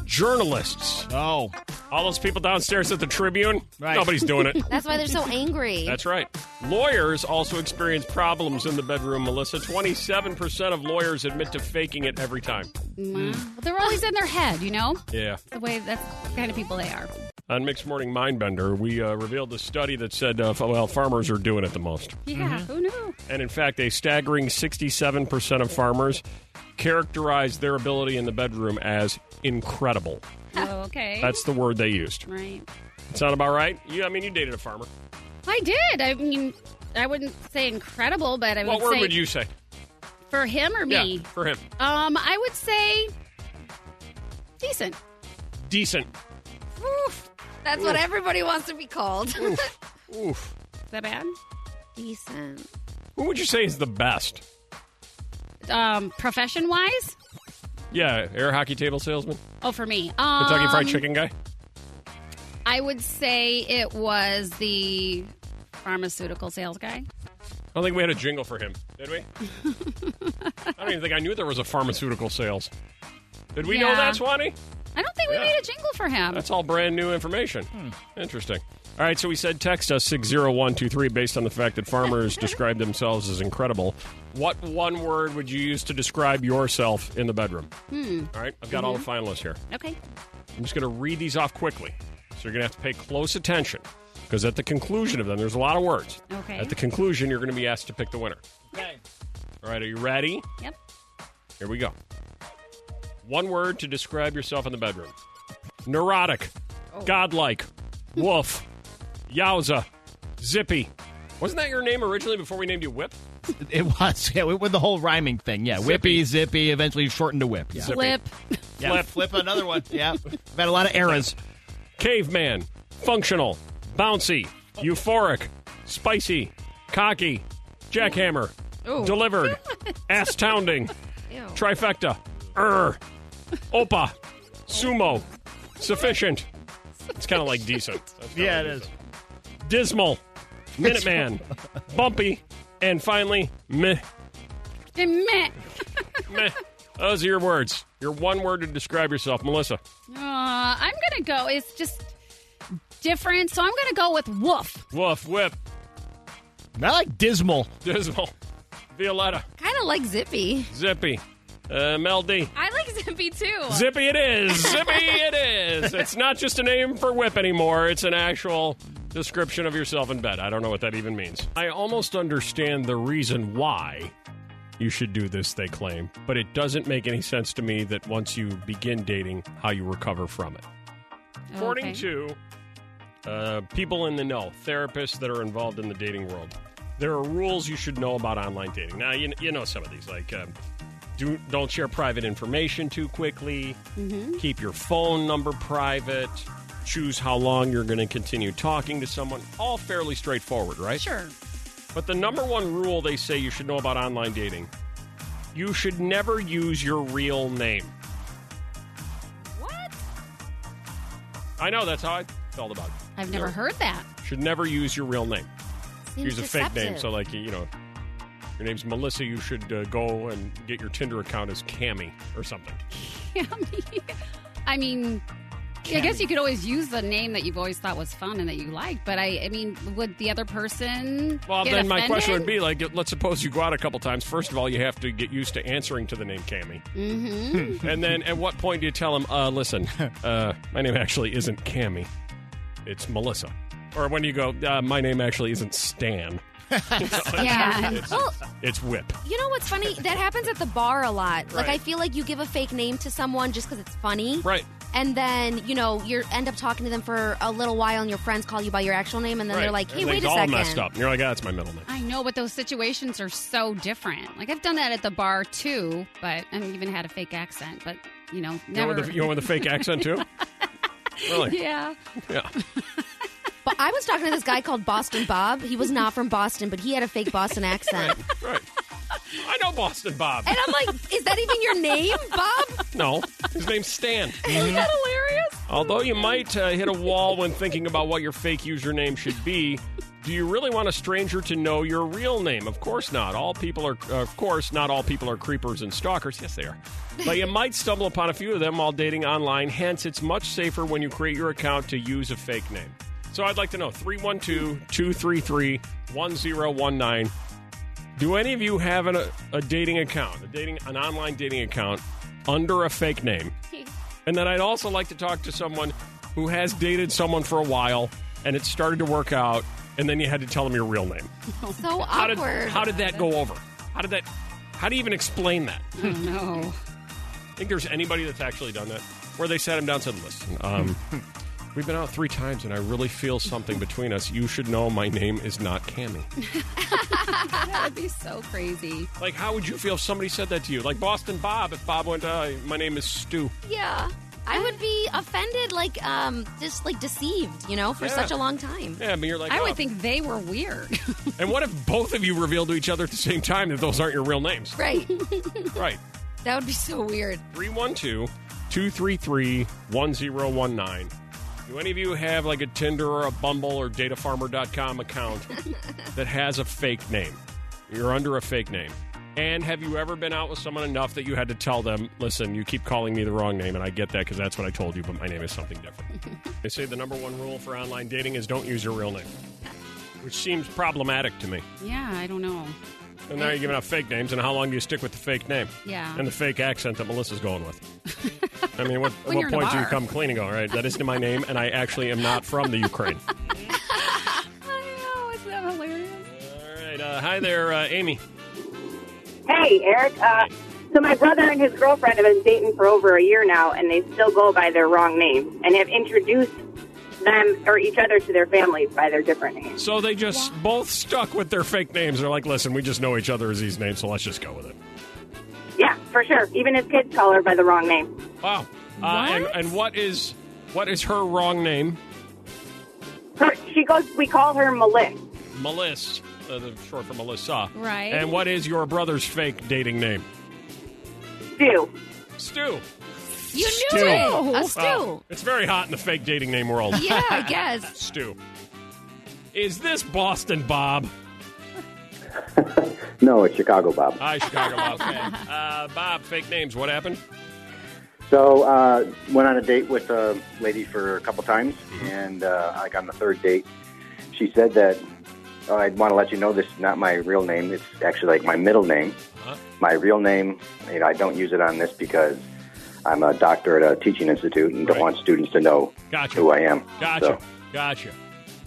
Speaker 2: Journalists.
Speaker 4: Oh.
Speaker 2: All those people downstairs at the Tribune?
Speaker 4: Right.
Speaker 2: Nobody's
Speaker 4: [laughs]
Speaker 2: doing it.
Speaker 5: That's why they're
Speaker 2: [laughs]
Speaker 5: so angry.
Speaker 2: That's right. Lawyers also experience problems in the bedroom, Melissa. 27% of lawyers admit to faking it every time.
Speaker 6: Well, they're always in their head, you know?
Speaker 2: Yeah.
Speaker 6: The way that's the kind of people they are.
Speaker 2: On Mixed Morning Mindbender, we uh, revealed a study that said, uh, f- well, farmers are doing it the most.
Speaker 6: Yeah, who knew?
Speaker 2: And in fact, a staggering 67% of farmers characterize their ability in the bedroom as incredible.
Speaker 6: Oh, okay.
Speaker 2: That's the word they used.
Speaker 6: right.
Speaker 2: Sound about right? You, I mean, you dated a farmer.
Speaker 6: I did. I mean, I wouldn't say incredible, but I
Speaker 2: what
Speaker 6: would
Speaker 2: word
Speaker 6: say
Speaker 2: would you say?
Speaker 6: for him or me.
Speaker 2: Yeah, for him.
Speaker 6: Um, I would say decent.
Speaker 2: Decent.
Speaker 5: Oof. That's what
Speaker 2: Oof.
Speaker 5: everybody wants to be called.
Speaker 2: Oof.
Speaker 6: Is that bad?
Speaker 5: [laughs] Decent.
Speaker 2: Who would you say is the best?
Speaker 6: Um, profession wise?
Speaker 2: Yeah, air hockey table salesman?
Speaker 6: Oh, for me. Um,
Speaker 2: Kentucky Fried Chicken guy?
Speaker 6: I would say it was the pharmaceutical sales guy.
Speaker 2: I don't think we had a jingle for him,
Speaker 6: [laughs]
Speaker 2: did we? I don't even think I knew there was a pharmaceutical sales. Did we know
Speaker 6: Yeah.
Speaker 2: that, Swanee?
Speaker 6: I don't think we
Speaker 2: Yeah.
Speaker 6: made a jingle for him.
Speaker 2: That's all brand new information. Interesting. All right, so we said text us 60123 based on the fact that farmers describe themselves as incredible. What one word would you use to describe yourself in the bedroom?
Speaker 6: Hmm.
Speaker 2: All right, I've got all the finalists here.
Speaker 6: Okay.
Speaker 2: I'm just going to read these off quickly. So you're going to have to pay close attention because at the conclusion of them, there's a lot of words.
Speaker 6: Okay.
Speaker 2: At the conclusion, you're going to be asked to pick the winner.
Speaker 6: Okay.
Speaker 2: All right, are you ready?
Speaker 6: Yep.
Speaker 2: Here we go. One word to describe yourself in the bedroom neurotic, godlike, wolf, yowza, zippy. Wasn't that your name originally before we named you Whip?
Speaker 4: It was. [laughs] Yeah, with the whole rhyming thing. Yeah. Whippy, zippy, eventually shortened to whip. Yeah.
Speaker 6: Flip.
Speaker 4: Yeah.
Speaker 2: Flip.
Speaker 4: Flip another one. Yeah. I've had a lot of errors.
Speaker 2: Caveman, functional, bouncy, euphoric, spicy, cocky, jackhammer,
Speaker 6: Ooh.
Speaker 2: delivered, ass tounding,
Speaker 5: Ew.
Speaker 2: trifecta, er, opa, sumo, sufficient. It's kind of like decent.
Speaker 4: Yeah, it is.
Speaker 2: Dismal, Minuteman, bumpy, and finally, meh.
Speaker 6: Meh.
Speaker 2: meh. Those are your words. Your one word to describe yourself, Melissa.
Speaker 6: Uh, I'm gonna go. It's just different, so I'm gonna go with woof.
Speaker 2: Woof, whip,
Speaker 4: I like dismal.
Speaker 2: dismal, Violetta,
Speaker 5: Kind of like Zippy.
Speaker 2: zippy, uh, Mel D.
Speaker 3: I like Zippy too.
Speaker 2: Zippy it is. Zippy it is. It's not just a name for whip anymore. It's an actual description of yourself in bed. I don't know what that even means. I almost understand the reason why you should do this, they claim, but it doesn't make any sense to me that once you begin dating, how you recover from it. According
Speaker 6: Okay.
Speaker 2: to uh, people in the know, therapists that are involved in the dating world. There are rules you should know about online dating. Now you, you know some of these, like um, do don't share private information too quickly. Keep your phone number private. Choose how long you're going to continue talking to someone. All fairly straightforward, right?
Speaker 6: Sure.
Speaker 2: But the number one rule they say you should know about online dating you should never use your real name.
Speaker 6: What?
Speaker 2: I know, that's how I felt about it.
Speaker 6: I've never
Speaker 2: Yeah.
Speaker 6: heard [laughs] that.
Speaker 2: Should never use your real name.
Speaker 6: Seems
Speaker 2: use a fake name.
Speaker 6: deceptive.
Speaker 2: So, like, you know, your name's Melissa, you should uh, go and get your Tinder account as Cammy or something.
Speaker 6: I mean, I guess you could always use the name that you've always thought was fun and that you liked, but I, I mean, would the other person?
Speaker 2: Well,
Speaker 6: get
Speaker 2: then my question would
Speaker 6: offended?
Speaker 2: be like, let's suppose you go out a couple times. First of all, you have to get used to answering to the name Cammy.
Speaker 6: Mhm.
Speaker 5: Mm-hmm.
Speaker 2: and then at what point do you tell him, uh, listen, uh, my name actually isn't Cammy, it's Melissa? Or when you go, uh, my name actually isn't Stan,
Speaker 5: yeah. Well,
Speaker 2: [laughs] it's Whip.
Speaker 5: you know what's funny? That happens at the bar a lot. Like
Speaker 2: Right.
Speaker 5: I feel like you give a fake name to someone just because it's funny.
Speaker 2: Right.
Speaker 5: And then you know you end up talking to them for a little while, and your friends call you by your actual name, and then they're
Speaker 2: Right.
Speaker 5: like, "Hey,
Speaker 2: Everything's
Speaker 5: wait a
Speaker 2: all
Speaker 5: second.
Speaker 2: messed up. And you're like, ah, it's my middle name.
Speaker 6: I know, but those situations are so different. Like I've done that at the bar too, but I mean, even had a fake accent, but you know,
Speaker 2: You
Speaker 6: never.
Speaker 2: want, the, you want the fake
Speaker 5: [laughs]
Speaker 2: accent too?
Speaker 6: [laughs]
Speaker 2: really?
Speaker 6: Yeah.
Speaker 2: Yeah.
Speaker 5: But I was talking to this
Speaker 2: [laughs]
Speaker 5: guy called Boston Bob. He was not from Boston, but he had a fake Boston accent.
Speaker 2: [laughs] Right. I know Boston Bob.
Speaker 5: And I'm like, is that even your name, Bob?
Speaker 2: No, his name's
Speaker 5: [laughs]
Speaker 2: Stan. Mm-hmm.
Speaker 5: Isn't that hilarious?
Speaker 2: Although you might uh, hit a wall when thinking about what your fake username should be, do you really want a stranger to know your real name? Of course not. All people are, uh, of course, not all people are creepers and stalkers. Yes, they are. But you might stumble upon a few of them while dating online. Hence, it's much safer when you create your account to use a fake name. So I'd like to know 312 233 1019. Do any of you have an, a, a dating account, a dating, an online dating account under a fake name? And then I'd also like to talk to someone who has dated someone for a while and it started to work out, and then you had to tell them your real name.
Speaker 5: So
Speaker 2: How did,
Speaker 5: awkward.
Speaker 2: how did that go over? How did that? How do you even explain that?
Speaker 6: I don't
Speaker 2: [laughs]
Speaker 6: know.
Speaker 2: Think there's anybody that's actually done that, where they sat him down and said, "Listen, um, we've been out three times, and I really feel something between us. You should know my name is not Cammy."
Speaker 6: that would be so crazy.
Speaker 2: Like, how would you feel if somebody said that to you? Like Boston Bob, if Bob went, uh, "My name is Stu."
Speaker 5: Yeah. I would be offended, like, um, just like deceived, you know, for
Speaker 2: Yeah.
Speaker 5: such a long time.
Speaker 2: Yeah, but you're like,
Speaker 6: I
Speaker 2: oh.
Speaker 6: would think they were weird. [laughs]
Speaker 2: and what if both of you reveal to each other at the same time that those aren't your real names?
Speaker 5: Right. [laughs]
Speaker 2: Right.
Speaker 5: that would be so weird.
Speaker 2: 312 233 1019. Do any of you have like a Tinder or a Bumble or datafarmer.com account that has a fake name? You're under a fake name. And have you ever been out with someone enough that you had to tell them, listen, you keep calling me the wrong name, and I get that because that's what I told you, but my name is something different? they say the number one rule for online dating is don't use your real name, which seems problematic to me.
Speaker 6: yeah, I don't know.
Speaker 2: And now you're giving out fake names, and how long do you stick with the fake name?
Speaker 6: Yeah.
Speaker 2: And the fake accent that Melissa's going with.
Speaker 6: [laughs]
Speaker 2: I mean, what,
Speaker 6: When
Speaker 2: at
Speaker 6: you're
Speaker 2: what
Speaker 6: in a
Speaker 2: point do you
Speaker 6: bar.
Speaker 2: come clean and go, all right, that isn't my name, and I actually am not from
Speaker 6: [laughs]
Speaker 2: the Ukraine?
Speaker 6: Oh, isn't that hilarious?
Speaker 2: all right, uh, hi there, uh, Amy.
Speaker 14: Hey, Eric. Uh, so my brother and his girlfriend have been dating for over a year now, and they still go by their wrong name and have introduced them or each other to their families by their different names.
Speaker 2: So they just both stuck with their fake names. They're like, listen, we just know each other as these names, so let's just go with it.
Speaker 14: Yeah, for sure. Even his kids call her by the wrong name.
Speaker 2: Wow. Uh, And, and what is what is her wrong name?
Speaker 14: Her, she goes. We call her Melissa.
Speaker 2: Melissa, uh, the short for Melissa.
Speaker 14: Right.
Speaker 2: And what is your brother's fake dating name?
Speaker 14: Stu.
Speaker 2: Stu.
Speaker 6: You knew
Speaker 2: Stu.
Speaker 6: it.
Speaker 2: Wow.
Speaker 6: A stew.
Speaker 2: It's very hot in the fake dating name world.
Speaker 6: Yeah, I
Speaker 15: [laughs]
Speaker 6: guess.
Speaker 2: Stu. Is this Boston Bob?
Speaker 15: [laughs] No, it's Chicago Bob.
Speaker 2: Hi,
Speaker 6: [laughs]
Speaker 2: Chicago Bob. Uh, Bob, fake names. What happened?
Speaker 15: So uh, went on a date with a lady for a couple times, and uh, like on the third date, she said that oh, I'd want to let you know this is not my real name. It's actually like my middle name.
Speaker 2: Huh?
Speaker 15: My real name, you know, I don't use it on this because I'm a doctor at a teaching institute and don't want students to know
Speaker 2: Gotcha.
Speaker 15: who I am. So,
Speaker 2: Gotcha. Gotcha.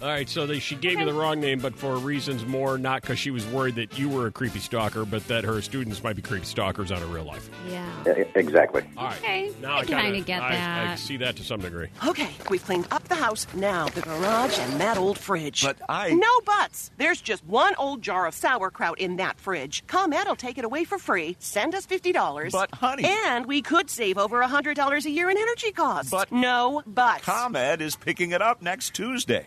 Speaker 2: All right, so they, she gave you the wrong name, but for reasons more not because she was worried that you were a creepy stalker, but that her students might be creepy stalkers on her real life.
Speaker 6: Yeah.
Speaker 15: E-, Exactly.
Speaker 2: All right.
Speaker 6: Okay.
Speaker 2: Now I,
Speaker 6: I kind of get
Speaker 2: I-
Speaker 6: that.
Speaker 2: I see that to some degree.
Speaker 10: Okay, we've cleaned up the house, now the garage and that old fridge.
Speaker 16: But I-
Speaker 10: No buts! There's just one old jar of sauerkraut in that fridge. ComEd will take it away for free, send us $50.
Speaker 16: But, honey-
Speaker 10: And we could save over $100 a year in energy costs. But. No buts.
Speaker 16: ComEd is picking it up next Tuesday.